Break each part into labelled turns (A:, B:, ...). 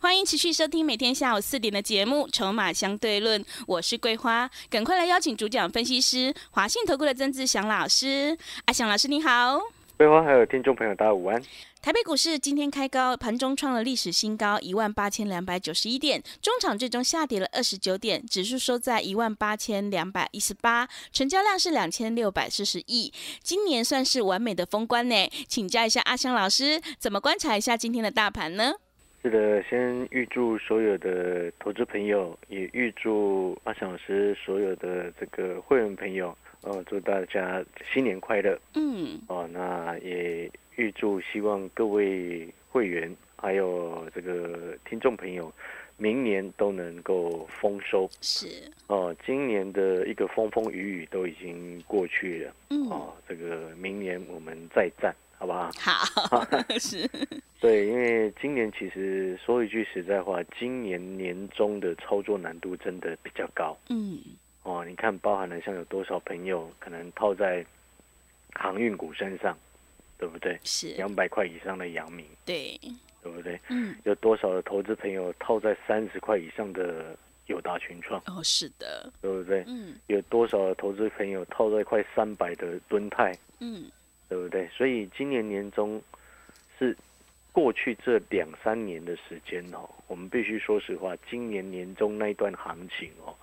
A: 欢迎持续收听每天下午四点的节目《筹码相对论》，我是桂花，赶快来邀请主讲分析师华信投顾的曾志祥老师。阿祥老师你好，
B: 桂花还有听众朋友大家午安。
A: 台北股市今天开高，盘中创了历史新高一万八千两百九十一点，中场最终下跌了二十九点，指数收在一万八千两百一十八，成交量是两千六百四十亿，今年算是完美的封关呢。请教一下阿香老师，怎么观察一下今天的大盘呢？
B: 是的，先预祝所有的投资朋友，也预祝阿翔老师所有的这个会员朋友，呃，祝大家新年快乐
A: 嗯，
B: 哦。那也预祝希望各位会员还有这个听众朋友，明年都能够丰收
A: 是，
B: 哦。今年的一个风风雨雨都已经过去了
A: 嗯，
B: 哦，这个明年我们再战，好不好？
A: 好，是，
B: 对，因为今年其实说一句实在话，今年年中的操作难度真的比较高
A: 嗯，
B: 哦。你看，包含了像有多少朋友可能套在航运股身上，对不对？
A: 是，
B: 两百块以上的阳明，
A: 对，
B: 对不对？
A: 嗯，
B: 有多少的投资朋友套在三十块以上的友达群创，
A: 哦，是的，
B: 对不对？
A: 嗯
B: 有多少的投资朋友套在快三百的敦泰，
A: 嗯，
B: 对不对？所以今年年中是过去这两三年的时间哦，我们必须说实话，今年年中那一段行情哦，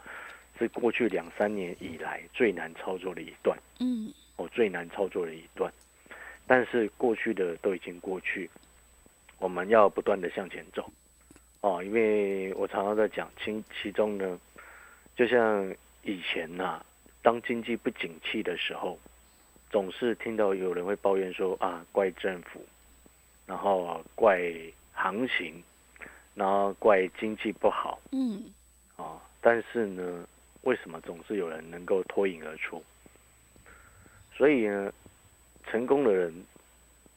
B: 是过去两三年以来最难操作的一段
A: 嗯，
B: 哦，最难操作的一段。但是过去的都已经过去，我们要不断的向前走哦，因为我常常在讲，其其中呢，就像以前呐、当经济不景气的时候，总是听到有人会抱怨说啊，怪政府，然后啊怪行情，然后怪经济不好
A: 嗯，
B: 啊、哦但是呢，为什么总是有人能够脱颖而出？所以呢，成功的人，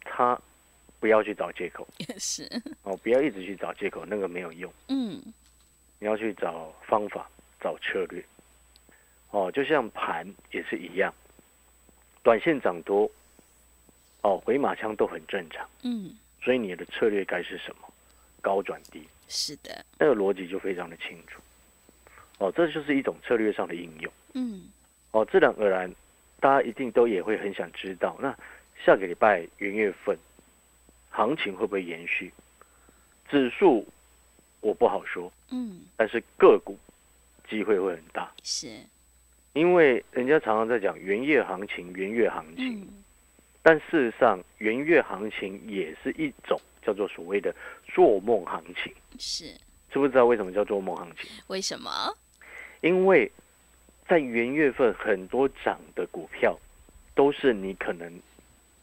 B: 他不要去找借口
A: 也是，
B: 哦，不要一直去找借口，那个没有用。
A: 嗯，
B: 你要去找方法，找策略。哦，就像盘也是一样，短线涨多，哦，回马枪都很正常。
A: 嗯，
B: 所以你的策略该是什么？高转低，
A: 是的，
B: 那个逻辑就非常的清楚。哦，这就是一种策略上的应用。
A: 嗯，
B: 哦，自然而然，大家一定都也会很想知道，那下个礼拜元月份行情会不会延续？指数我不好说，
A: 嗯，
B: 但是个股机会会很大，
A: 是，
B: 因为人家常常在讲元月行情，元月行情，
A: 嗯，
B: 但事实上元月行情也是一种叫做所谓的做梦行情，
A: 是，
B: 知不知道为什么叫做梦行情？
A: 为什么？
B: 因为在元月份很多涨的股票都是你可能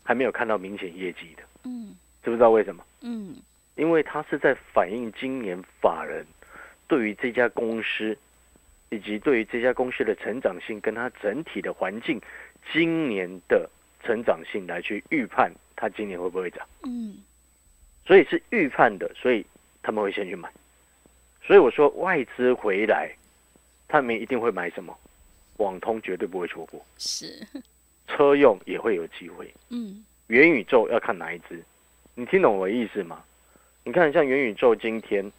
B: 还没有看到明显业绩的，
A: 嗯
B: 知不知道为什么？
A: 嗯，
B: 因为它是在反映今年法人对于这家公司，以及对于这家公司的成长性跟它整体的环境，今年的成长性来去预判它今年会不会涨，
A: 嗯，
B: 所以是预判的，所以他们会先去买。所以我说外资回来，他们一定会买什么？网通绝对不会错过，
A: 是，
B: 车用也会有机会。
A: 嗯
B: 元宇宙要看哪一只，你听懂我的意思吗？你看像元宇宙今天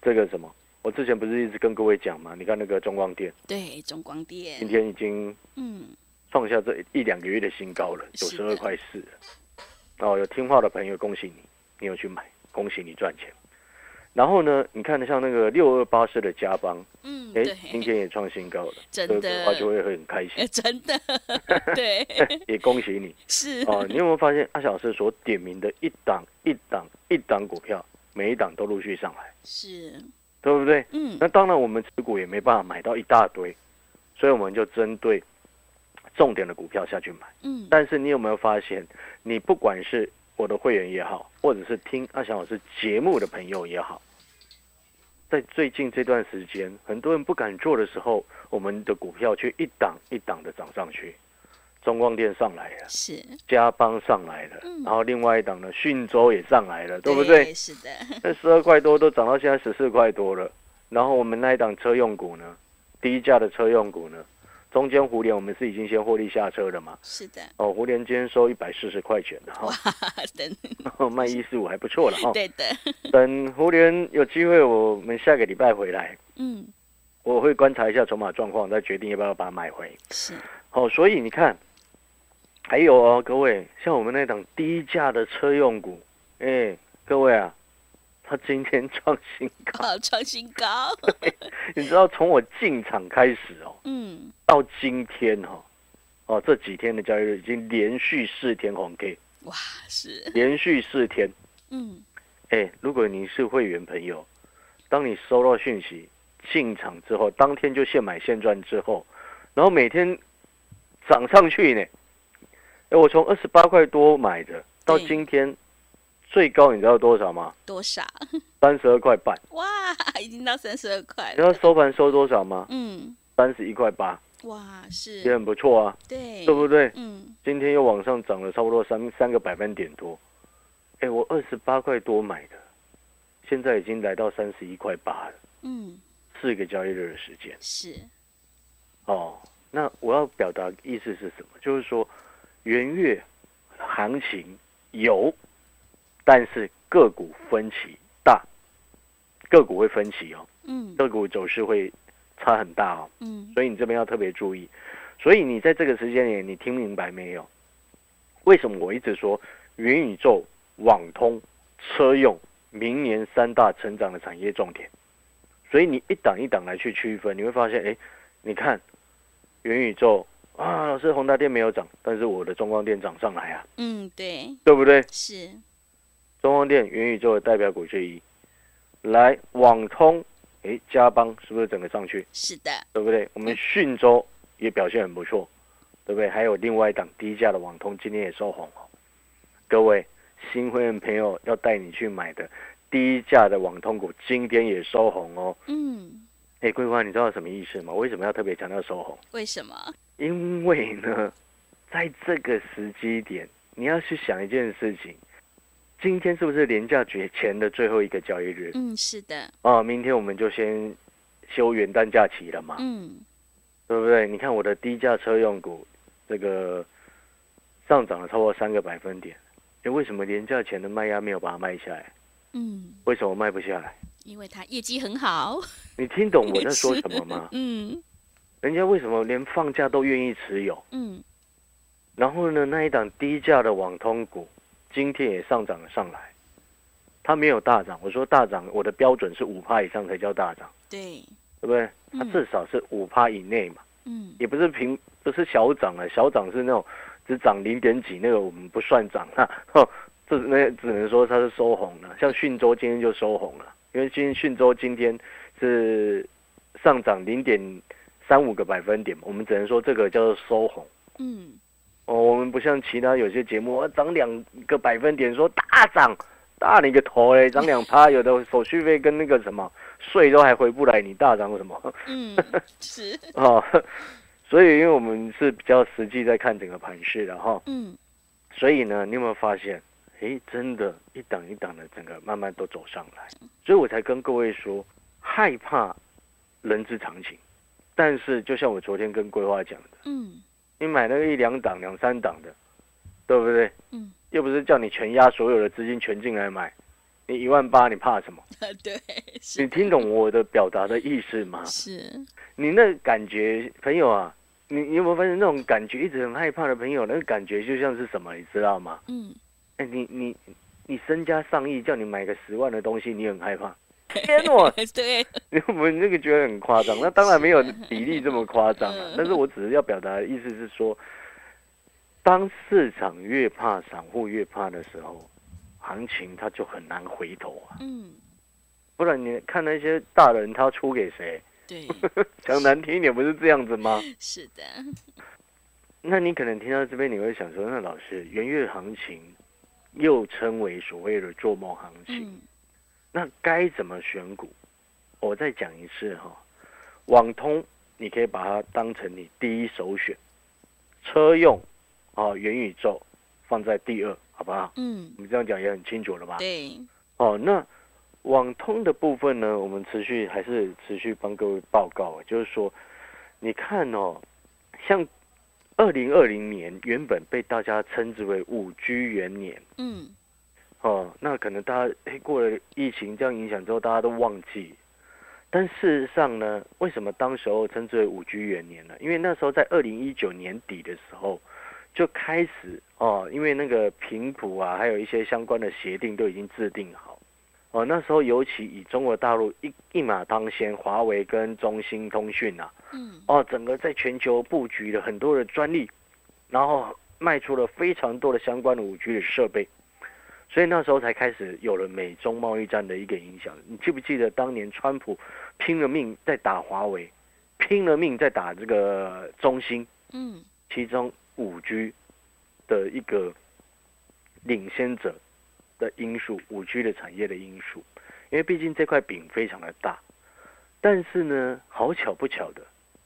B: 这个什么，我之前不是一直跟各位讲吗？你看那个中光电，
A: 对，中光
B: 今
A: 电，
B: 天已经
A: 嗯，
B: 创下这一两个月的新高了，九
A: 是
B: 十
A: 的
B: 二块四了。哦，有听话的朋友，恭喜你，你有去买，恭喜你赚钱。然后呢，你看像那个六二八四的加邦，
A: 嗯，
B: 哎
A: 对，，
B: 今天也创新高了，
A: 真
B: 这个
A: 的
B: 话就会很开心
A: 呃，，真 的，对，
B: 也恭喜你。
A: 是，
B: 哦，你有没有发现阿小老师所点名的一档一档一档股票，每一档都陆续上来，
A: 是，
B: 对不对？
A: 嗯
B: 那当然，我们持股也没办法买到一大堆，所以我们就针对重点的股票下去买。
A: 嗯，
B: 但是你有没有发现，你不管是我的会员也好，或者是听阿翔老师节目的朋友也好，在最近这段时间，很多人不敢做的时候，我们的股票却一档一档的涨上去，中光电上来了。
A: 是，
B: 加邦上来了，
A: 嗯
B: 然后另外一档呢，讯州也上来了，对不对？
A: 是的，
B: 那十二块多都涨到现在十四块多了。然后我们那一档车用股呢，低价的车用股呢，中间胡联我们是已经先获利下车了嘛？
A: 是的，
B: 哦，胡联今天收一百四十块钱了 哈、
A: 等，
B: 卖一四五还不错了哈、
A: 对的，
B: 等胡联有机会，我们下个礼拜回来，
A: 嗯，
B: 我会观察一下筹码状况，再决定要不要把它买回。
A: 是，
B: 哦，所以你看，还有哦，各位，像我们那档低价的车用股，哎、各位啊，它今天创新高，
A: 哦，创新高，
B: 你知道从我进场开始哦，
A: 嗯，
B: 到今天哦，哦这几天的交易日已经连续四天红 K，
A: 哇，是，
B: 连续四天。
A: 嗯，
B: 哎、如果你是会员朋友，当你收到讯息进场之后，当天就现买现赚之后，然后每天涨上去呢，哎、我从二十八块多买的，到
A: 对
B: 今天最高你知道多少吗？
A: 多少？
B: 三十二块半。
A: 哇，已经到三十二块
B: 你知道
A: 了，
B: 收盘收多少吗？
A: 嗯，
B: 三十一块八，
A: 哇，
B: 也
A: 是，
B: 很不错啊，
A: 对，
B: 对不对？
A: 嗯，
B: 今天又往上涨了差不多三三个百分点多。哎、我二十八块多买的，现在已经来到三十一块八了，
A: 嗯，
B: 四个交易日的时间。
A: 是，
B: 哦，那我要表达意思是什么？就是说，元月行情有，但是个股分歧大，个股会分歧哦，
A: 嗯，
B: 个股走势会差很大哦，
A: 嗯，
B: 所以你这边要特别注意。所以你在这个时间点，你听明白没有？为什么我一直说元宇宙、网通、车用明年三大成长的产业重点？所以你一档一档来去区分，你会发现，哎，你看元宇宙啊，老师宏达电没有涨，但是我的中光电涨上来啊，
A: 嗯，对，
B: 对不对？
A: 是，
B: 中光电元宇宙的代表股之一，来网通，哎，加邦是不是整个上去？
A: 是的，
B: 对不对？我们
A: 嗯
B: 讯州也表现很不错，对不对？还有另外一档低价的网通，今天也收红哦。各位新会员朋友要带你去买的低价的网通股，今天也收红哦。
A: 嗯，
B: 哎，桂花，你知道什么意思吗？为什么要特别强调收红？
A: 为什么？
B: 因为呢，在这个时机点，你要去想一件事情：今天是不是廉价节前的最后一个交易日？
A: 嗯，是的，
B: 啊，明天我们就先休元旦假期了嘛。
A: 嗯，
B: 对不对？你看我的低价车用股，这个上涨了超过三个百分点。诶，为什么廉价前的卖压没有把它卖下来？
A: 嗯，
B: 为什么卖不下来？
A: 因为它业绩很好，？
B: 你听懂我在说什么吗
A: 嗯，
B: 人家为什么连放假都愿意持有？
A: 嗯，
B: 然后呢，那一档低价的网通股今天也上涨了上来，它没有大涨。我说大涨，我的标准是五趴以上才叫大涨，
A: 对，
B: 对不对？它
A: 嗯
B: 至少是五趴以内嘛。
A: 嗯，
B: 也不是平，不是小涨啊，小涨是那种只涨零点几，那个我们不算涨啊。 哦，这那只能说它是收红了、像讯州今天就收红了，因为今天讯州今天是上涨零点三五个百分点嘛，我们只能说这个叫做收红。
A: 嗯，
B: 哦，我们不像其他有些节目，啊涨两个百分点说大涨，大你个头嘞，涨两趴，有的手续费跟那个什么税都还回不来，你大涨什么？
A: 嗯，是，
B: 哦， 所以因为我们是比较实际在看整个盘势的哈，
A: 嗯，
B: 所以呢，你有没有发现？诶，真的，一档一档的，整个慢慢都走上来，所以我才跟各位说，害怕人之常情。但是，就像我昨天跟规划讲的，
A: 嗯，
B: 你买那个一两档、两三档的，对不对？
A: 嗯，
B: 又不是叫你全压所有的资金全进来买，你一万八，你怕什么？
A: 对，
B: 你
A: 是，
B: 听懂我的表达的意思吗？
A: 是，
B: 你那感觉，朋友啊，你你有没有发现那种感觉一直很害怕的朋友，那个感觉就像是什么，你知道吗？
A: 嗯，
B: 哎、你你你身家上亿，叫你买个十万的东西，你很害怕。天 哦，
A: 对，
B: 我们那个觉得很夸张，那当然没有比例这么夸张了、
A: 嗯
B: 但是我只是要表达的意思是说，当市场越怕，散户越怕的时候，行情它就很难回头啊。
A: 嗯，
B: 不然你看那些大人他出给谁？
A: 对，
B: 讲难听一点，不是这样子吗？
A: 是的，
B: 那你可能听到这边，你会想说，那老师，元月行情又称为所谓的做梦行情，
A: 嗯，
B: 那该怎么选股？我再讲一次哈、网通你可以把它当成你第一首选，车用啊、元宇宙放在第二，好不好？
A: 嗯，
B: 我们这样讲也很清楚了吧？
A: 对，
B: 哦，那网通的部分啊呢，我们持续还是持续帮各位报告，就是说，你看哦，像二零二零年原本被大家称之为五 G 元年，
A: 嗯，
B: 哦，那可能大家诶过了疫情这样影响之后，大家都忘记。但事实上呢，为什么当时候称之为五 G 元年呢？因为那时候在二零一九年底的时候就开始哦，因为那个频谱啊，还有一些相关的协定都已经制定好。哦，那时候尤其以中国大陆一一马当先，华为跟中兴通讯啊，
A: 嗯，
B: 哦，整个在全球布局了很多的专利，然后卖出了非常多的相关的五 G 的设备，所以那时候才开始有了美中贸易战的一个影响。你记不记得当年川普拼了命在打华为，拼了命在打这个中兴，
A: 嗯，
B: 其中五 G 的一个领先者的因素，五 G 的产业的因素，因为毕竟这块饼非常的大。但是呢，好巧不巧的，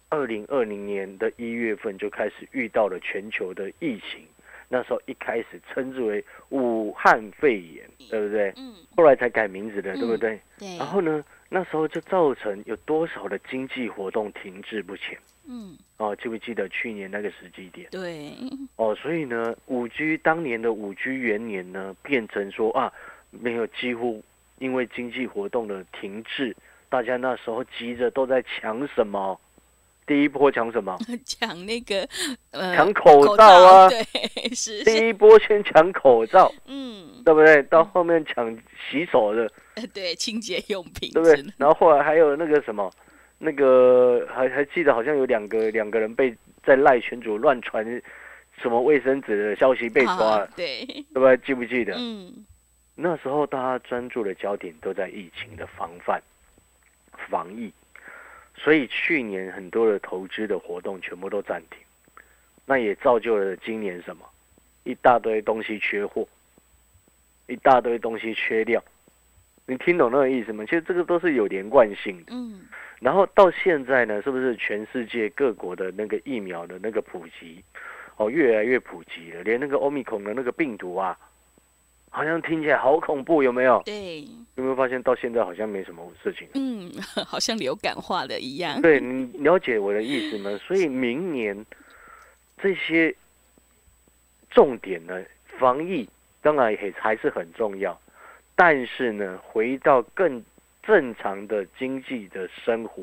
B: 二零二零年的一月份就开始遇到了全球的疫情，那时候一开始称之为武汉肺炎，对不对？
A: 嗯，
B: 后来才改名字的，对不对？
A: 对，
B: 然后呢，那时候就造成有多少的经济活动停滞不前。
A: 嗯，
B: 哦，记不记得去年那个时机点？
A: 对，
B: 哦，所以呢，五 G 当年的五 G 元年呢，变成说啊，没有几乎因为经济活动的停滞，大家那时候急着都在抢什么？第一波抢什么？
A: 讲那个呃，
B: 抢口
A: 口
B: 罩啊！
A: 对，是，
B: 第一波先抢口罩，
A: 嗯，
B: 对不对？到后面抢洗手的，
A: 呃对，清洁用品，
B: 对不对
A: 真的？
B: 然后后来还有那个什么，那个还还记得好像有两个两个人被在赖群主乱传什么卫生纸的消息被抓
A: 啊
B: 了，
A: 对，
B: 对不对？记不记得？
A: 嗯，
B: 那时候大家专注的焦点都在疫情的防范、防疫，所以去年很多的投资的活动全部都暂停，那也造就了今年什么一大堆东西缺货，一大堆东西缺料。你听懂那个意思吗？其实这个都是有连贯性的。
A: 嗯，
B: 然后到现在呢，是不是全世界各国的那个疫苗的那个普及，哦，越来越普及了？连那个欧米孔的那个病毒啊，好像听起来好恐怖，有没有？
A: 对，
B: 有没有发现到现在好像没什么事情？
A: 嗯， 好像流感化了一 样，
B: 对你了解我的意思吗？所以明年这些重点呢，防疫当然也还是很重要，但是呢，回到更正常的经济的生活，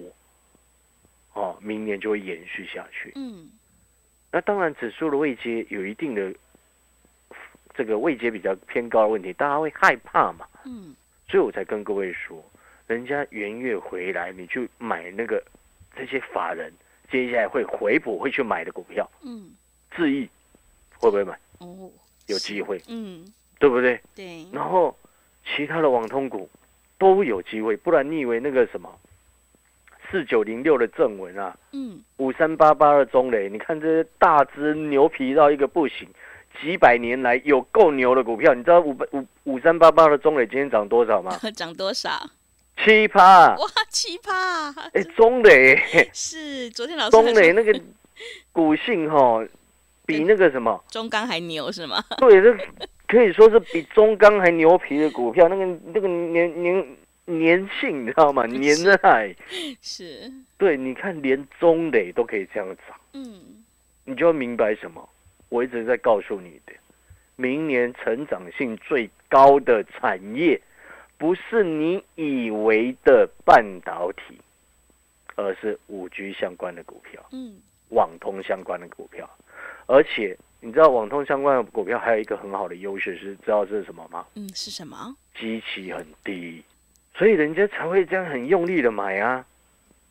B: 哦，明年就会延续下去。
A: 嗯，
B: 那当然，指数的位阶有一定的这个位阶比较偏高的问题，大家会害怕嘛？
A: 嗯，
B: 所以我才跟各位说，人家元月回来，你去买那个这些法人接下来会回补会去买的股票，
A: 嗯，
B: 智易会不会买？
A: 哦，
B: 有机会，
A: 嗯，
B: 对不对？
A: 对，
B: 然后其他的网通股都有机会，不然你以为那个什么四九零六的正文啊，
A: 嗯，
B: 五三八八的中磊，你看这些大只牛皮到一个不行，几百年来有够牛的股票，你知道五五五三八八的中磊今天涨多少吗？
A: 涨多少？
B: 啊七趴。啊
A: 哇，奇葩！
B: 哎、中磊，
A: 是昨天老师还
B: 中
A: 说
B: 磊那个股性哈，比那个 什么，
A: 中钢还牛是吗？
B: 对，这可以说是比中钢还牛皮的股票，那个那个粘粘粘性，你知道吗？粘在，
A: 是，
B: 对，你看连中磊都可以这样涨，
A: 嗯
B: 你就要明白什么？我一直在告诉你的，明年成长性最高的产业，不是你以为的半导体，而是五 G 相关的股票。
A: 嗯，
B: 网通相关的股票，而且你知道网通相关的股票还有一个很好的优势是，知道这是什么吗？
A: 嗯，是什么？
B: 基期很低，所以人家才会这样很用力的买啊。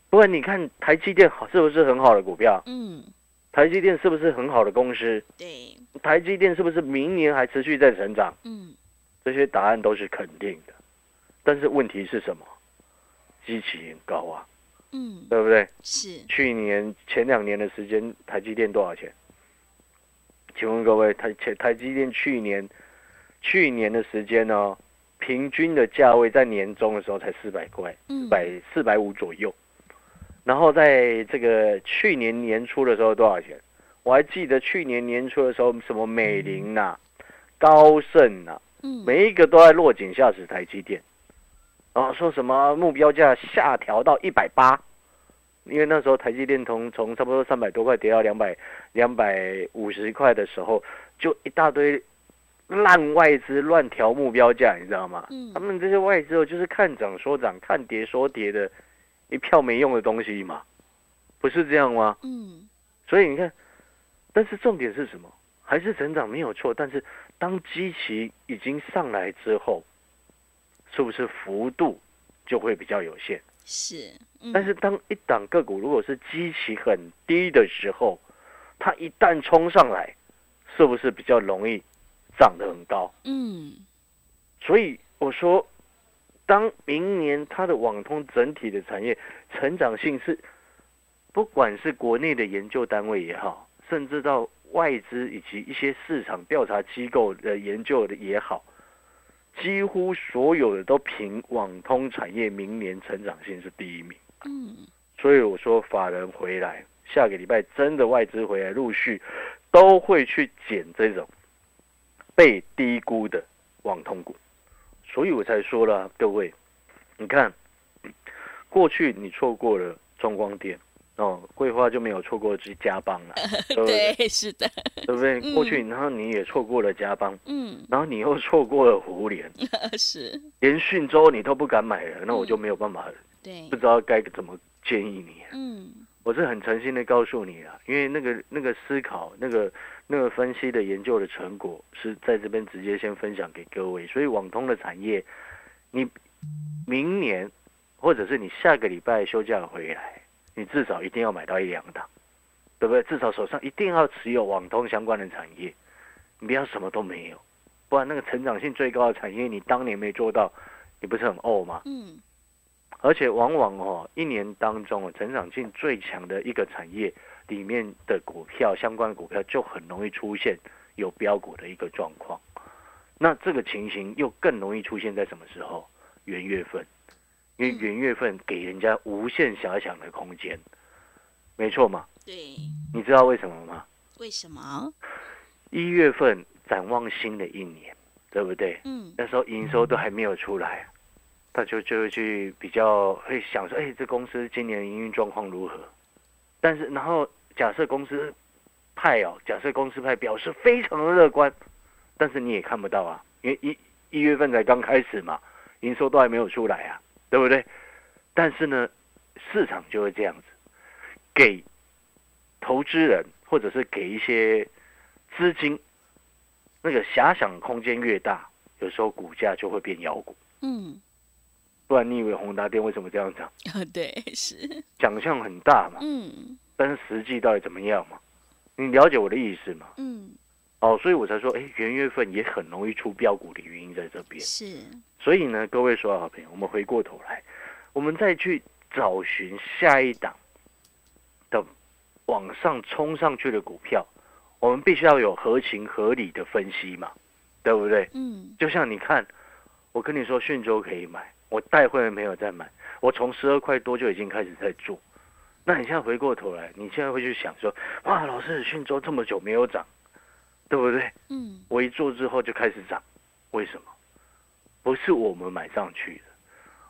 B: 不然你看台积电好是不是很好的股票？
A: 嗯，
B: 台积电是不是很好的公司？
A: 对，
B: 台积电是不是明年还持续在成长？
A: 嗯
B: 这些答案都是肯定的，但是问题是什么？基期很高啊，
A: 嗯，
B: 对不对？
A: 是，
B: 去年前两年的时间，台积电多少钱？请问各位，台台台积电去年去年的时间呢、哦，平均的价位在年中的时候才四百块，
A: 嗯，
B: 百四百五左右。然后在这个去年年初的时候多少钱？我还记得去年年初的时候，什么美林呐、高盛啊呐、
A: 嗯，
B: 每一个都在落井下石哦台积电，啊，说什么目标价下调到一百八，因为那时候台积电从从差不多三百多块跌到两百两百五十块的时候，就一大堆烂外资乱调目标价，你知道吗？
A: 嗯
B: 他们这些外资哦，就是看涨说涨，看跌说跌的，一票没用的东西嘛，不是这样吗？
A: 嗯
B: 所以你看，但是重点是什么？还是成长没有错，但是当基期已经上来之后，是不是幅度就会比较有限？
A: 是，嗯
B: 但是当一档个股如果是基期很低的时候，它一旦冲上来，是不是比较容易涨得很高？
A: 嗯
B: 所以我说，当明年它的网通整体的产业成长性是，不管是国内的研究单位也好，甚至到外资以及一些市场调查机构的研究的也好，几乎所有的都评网通产业明年成长性是第一名。
A: 嗯
B: 所以我说法人回来，下个礼拜真的外资回来，陆续都会去捡这种被低估的网通股，所以我才说了啊、各位，你看过去你错过了中光电。哦，桂花就没有错过这加邦 了，对不对？
A: 对，是的，
B: 对不对？
A: 嗯
B: 过去，然后你也错过了加邦，
A: 嗯
B: 然后你又错过了胡联，
A: 是，
B: 连讯州你都不敢买了，那我就
A: 嗯
B: 没有办法，
A: 对
B: 不，知道该怎么建议你。
A: 嗯
B: 我是很诚心的告诉你啊，因为那个那个思考、那个那个分析的研究的成果是在这边直接先分享给各位。所以网通的产业，你明年或者是你下个礼拜休假回来，你至少一定要买到一两档，对不对？至少手上一定要持有网通相关的产业，你不要什么都没有，不然那个成长性最高的产业你当年没做到，你不是很怄吗？
A: 嗯
B: 而且往往哦，一年当中哦，成长性最强的一个产业里面的股票，相关的股票就很容易出现有标股的一个状况。那这个情形又更容易出现在什么时候？元月份，因为
A: 嗯
B: 元月份给人家无限遐想的空间，没错嘛？
A: 对，
B: 你知道为什么吗？
A: 为什么？
B: 一月份展望新的一年，对不对？
A: 嗯
B: 那时候营收都还没有出来，他就就会去比较会想说，哎、这公司今年营运状况如何？但是然后假设公司派哦，假设公司派表示非常的乐观，但是你也看不到啊，因为一一月份才刚开始嘛，营收都还没有出来啊，对不对？但是呢，市场就会这样子，给投资人或者是给一些资金那个遐想空间越大，有时候股价就会变妖股。
A: 嗯，
B: 不然你以为宏达电为什么这样涨？
A: 啊对，是，
B: 奖项很大嘛，
A: 嗯
B: 但是实际到底怎么样嘛？你了解我的意思吗？
A: 嗯
B: 哦，所以我才说，哎，元月份也很容易出标股的原因在这边。
A: 是，
B: 所以呢，各位所有好朋友，我们回过头来，我们再去找寻下一档的往上冲上去的股票，我们必须要有合情合理的分析嘛，对不对？
A: 嗯
B: 就像你看，我跟你说讯州可以买，我带会员朋友在买，我从十二块多就已经开始在做。那你现在回过头来，你现在会去想说，哇，老师讯州这么久没有涨，对不对？
A: 嗯
B: 我一做之后就开始涨，为什么？不是我们买上去的，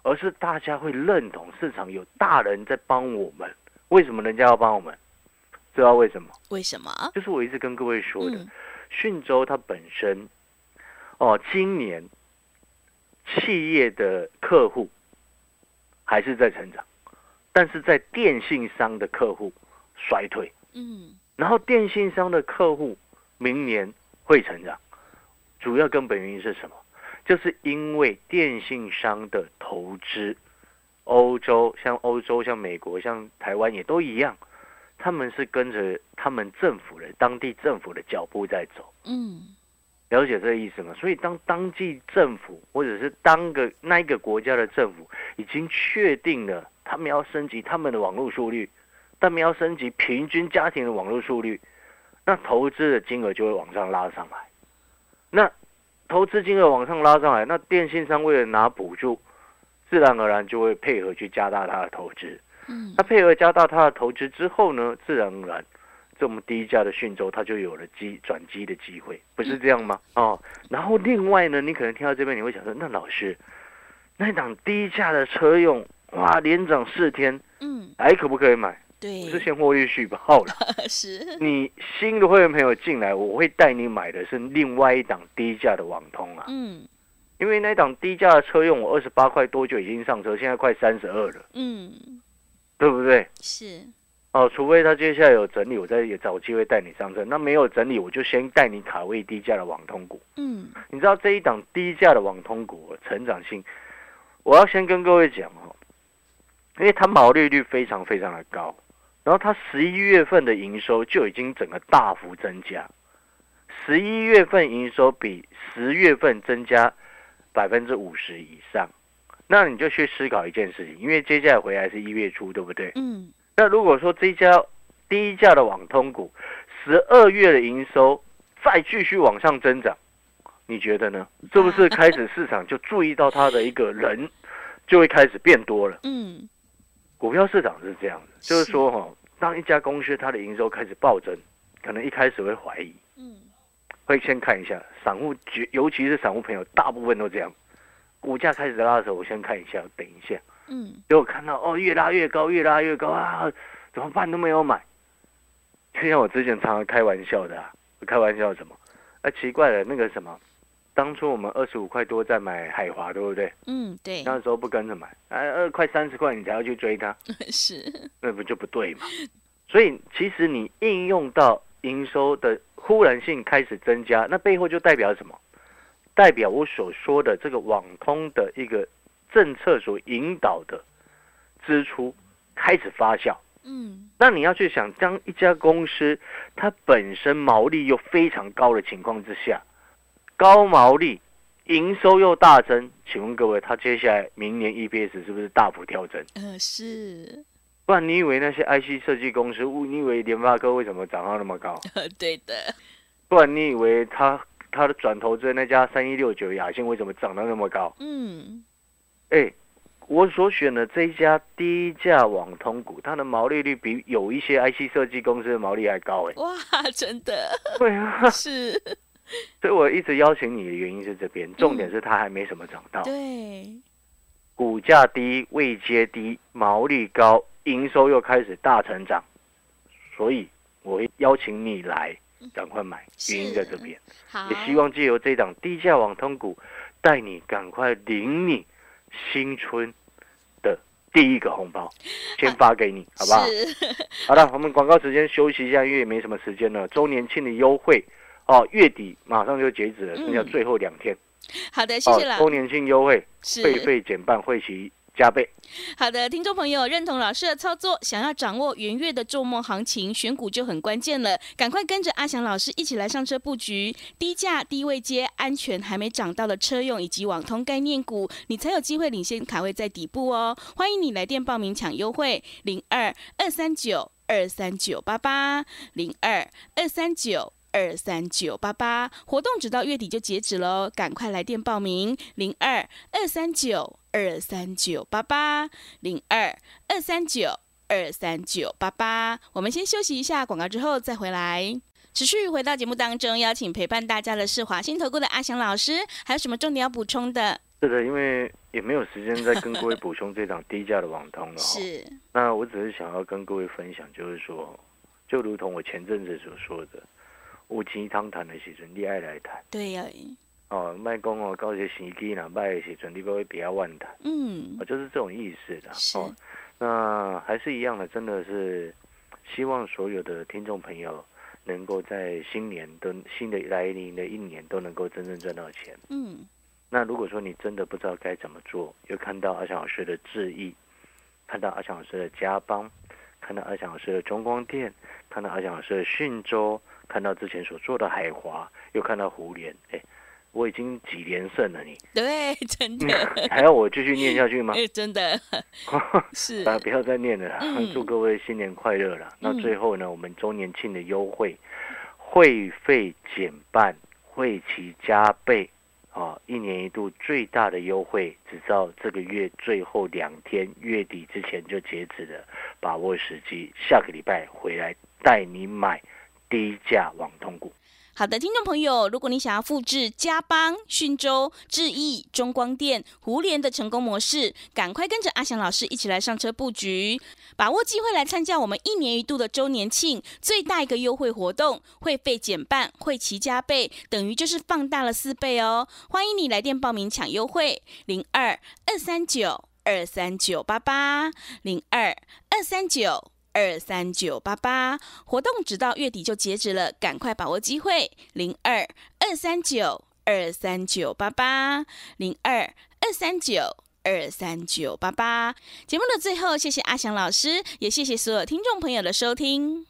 B: 而是大家会认同市场有大人在帮我们。为什么人家要帮我们？知道为什么？
A: 为什么？
B: 就是我一直跟各位说的，
A: 嗯
B: 讯州它本身，哦，今年企业的客户还是在成长，但是在电信商的客户衰退，
A: 嗯
B: 然后电信商的客户明年会成长，主要根本原因是什么？就是因为电信商的投资，欧洲像欧洲、像美国、像台湾也都一样，他们是跟着他们政府的当地政府的脚步在走。
A: 嗯
B: 了解这个意思吗？所以当当地政府或者是当个那一个国家的政府已经确定了他们要升级他们的网络速率，他们要升级平均家庭的网络速率，那投资的金额就会往上拉上来。那投资金额往上拉上来，那电信商为了拿补助，自然而然就会配合去加大它的投资。
A: 嗯
B: 那配合加大它的投资之后呢，自然而然，这么低价的讯州它就有了机转机的机会，不是这样吗？哦，然后另外呢，你可能听到这边你会想说，那老师，那档低价的车用哇，连涨四天，
A: 嗯嗯，
B: 还可不可以买？
A: 对
B: 不，是现货预续报了。
A: 是，
B: 你新的会员朋友进来，我会带你买的是另外一档低价的网通啊，
A: 嗯
B: 因为那档低价的车用我二十八块多就已经上车，现在快三十二了，
A: 嗯，
B: 对不对？
A: 是，
B: 哦，除非它接下来有整理，我再也找机会带你上车。那没有整理，我就先带你卡位低价的网通股。
A: 嗯
B: 你知道这一档低价的网通股成长性，我要先跟各位讲哦，因为它毛利率非常非常的高，然后它十一月份的营收就已经整个大幅增加，十一月份营收比十月份增加百分之五十以上。那你就去思考一件事情，因为接下来回来是一月初，对不对？
A: 嗯
B: 那如果说这家低价的网通股十二月的营收再继续往上增长，你觉得呢？是不是开始市场就注意到它的一个人 就会开始变多了？
A: 嗯，
B: 股票市场是这样的，就是
A: 是
B: 说哈、当一家公司它的营收开始暴增，可能一开始会怀疑，
A: 嗯
B: 会先看一下散户，绝尤其是散户朋友，大部分都这样。股价开始拉的时候，我先看一下，等一下。
A: 嗯
B: 结果看到哦，越拉越高，越拉越高啊，怎么办都没有买。就像我之前常常开玩笑的、啊，开玩笑什么？啊，奇怪了，那个什么，当初我们二十五块多在买海华，对不对？
A: 嗯，对，
B: 那时候不跟着买，哎、二块三十块你才要去追它，
A: 是，
B: 那不就不对嘛？所以其实你应用到营收的忽然性开始增加，那背后就代表什么？代表我所说的这个网通的一个政策所引导的支出开始发酵。
A: 嗯
B: 那你要去想，当一家公司它本身毛利又非常高的情况之下，高毛利，营收又大增，请问各位，它接下来明年 EPS 是不是大幅跳增？
A: 呃是，
B: 不然你以为那些 IC 设计公司，你以为联发科为什么涨到那么高？
A: 呃对的，
B: 不然你以为它它的转投资那家三一六九雅信为什么涨到那么高？
A: 嗯
B: 哎，我所选的这一家低价网通股，它的毛利率比有一些 IC 设计公司的毛利还 高哎。
A: 哇，真 的
B: 对啊，
A: 是，
B: 所以我一直邀请你的原因是这边，重点是它还没什么涨到，
A: 对，
B: 股价低、位阶低、毛利高、营收又开始大成长，所以我会邀请你来赶快买，
A: 是
B: 原因在这边。
A: 好，
B: 也希望借由这档低价网通股，带你赶快领你新春的第一个红 包，先发给你，好不好？
A: 是，
B: 好了，我们广告时间休息一下，因为也没什么时间了。周年庆的优惠哦，月底马上就截止了，
A: 嗯
B: 剩下最后两天。
A: 好的，谢谢
B: 哦，
A: 老
B: 周年庆优惠，
A: 是
B: 会费减半，会期加倍。
A: 好的，听众朋友，认同老师的操作，想要掌握元月的周末行情，选股就很关键了。赶快跟着阿翔老师一起来上车布局低价、低位接、安全还没涨到的车用以及网通概念股，你才有机会领先卡位在底部哦。欢迎你来电报名抢优惠，零二二三九二三九八八零二二三九。二三九八八活动直到月底就截止喽，赶快来电报名零二二三九二三九八八零二二三九二三九八八。我们先休息一下广告，之后再回来。持续回到节目当中，邀请陪伴大家的是华信投顾的阿翔老师，还有什么重点要补充的？
B: 是的，因为也没有时间再跟各位补充这档低价的网通了、哦。
A: 是，
B: 那我只是想要跟各位分享，就是说，就如同我前阵子所说的，有钱汤谈的时阵，你爱来谈
A: 对呀、
B: 哦，卖讲哦，到些时机若卖的时阵，你不会比较万谈，
A: 嗯
B: 哦，，就是这种意思的
A: 是
B: 哦。那还是一样的，真的是希望所有的听众朋友能够在新年都新的来临的一年都能够真正赚到钱。
A: 嗯，
B: 那如果说你真的不知道该怎么做，又看到阿翔老师的致意，看到阿翔老师的家邦，看到阿翔老师的中光电，看到阿翔老师的讯州，看到之前所做的海华，又看到胡联，哎，我已经几连胜了你，
A: 对，真的，
B: 还要我继续念下去吗？
A: 哎， 真的是，
B: 啊，不要再念了啦！
A: 嗯
B: 祝各位新年快乐啦！那
A: 嗯
B: 最后呢，我们周年庆的优惠，会费减半，会期加倍，啊，一年一度最大的优惠，直到这个月最后两天，月底之前就截止了，把握时机，下个礼拜回来带你买低价网通股。
A: 好的，听众朋友，如果你想要复制嘉邦、讯州、智毅、中光电、胡联的成功模式，赶快跟着阿翔老师一起来上车布局，把握机会来参加我们一年一度的周年庆，最大一个优惠活动，会费减半，会期加倍，等于就是放大了四倍哦。欢迎你来电报名抢优惠，零二二三九二三九八八零二二三九。二三九八八活动直到月底就截止了，赶快把握机会！零二二三九二三九八八零二二三九二三九八八。节目的最后，谢谢阿翔老师，也谢谢所有听众朋友的收听。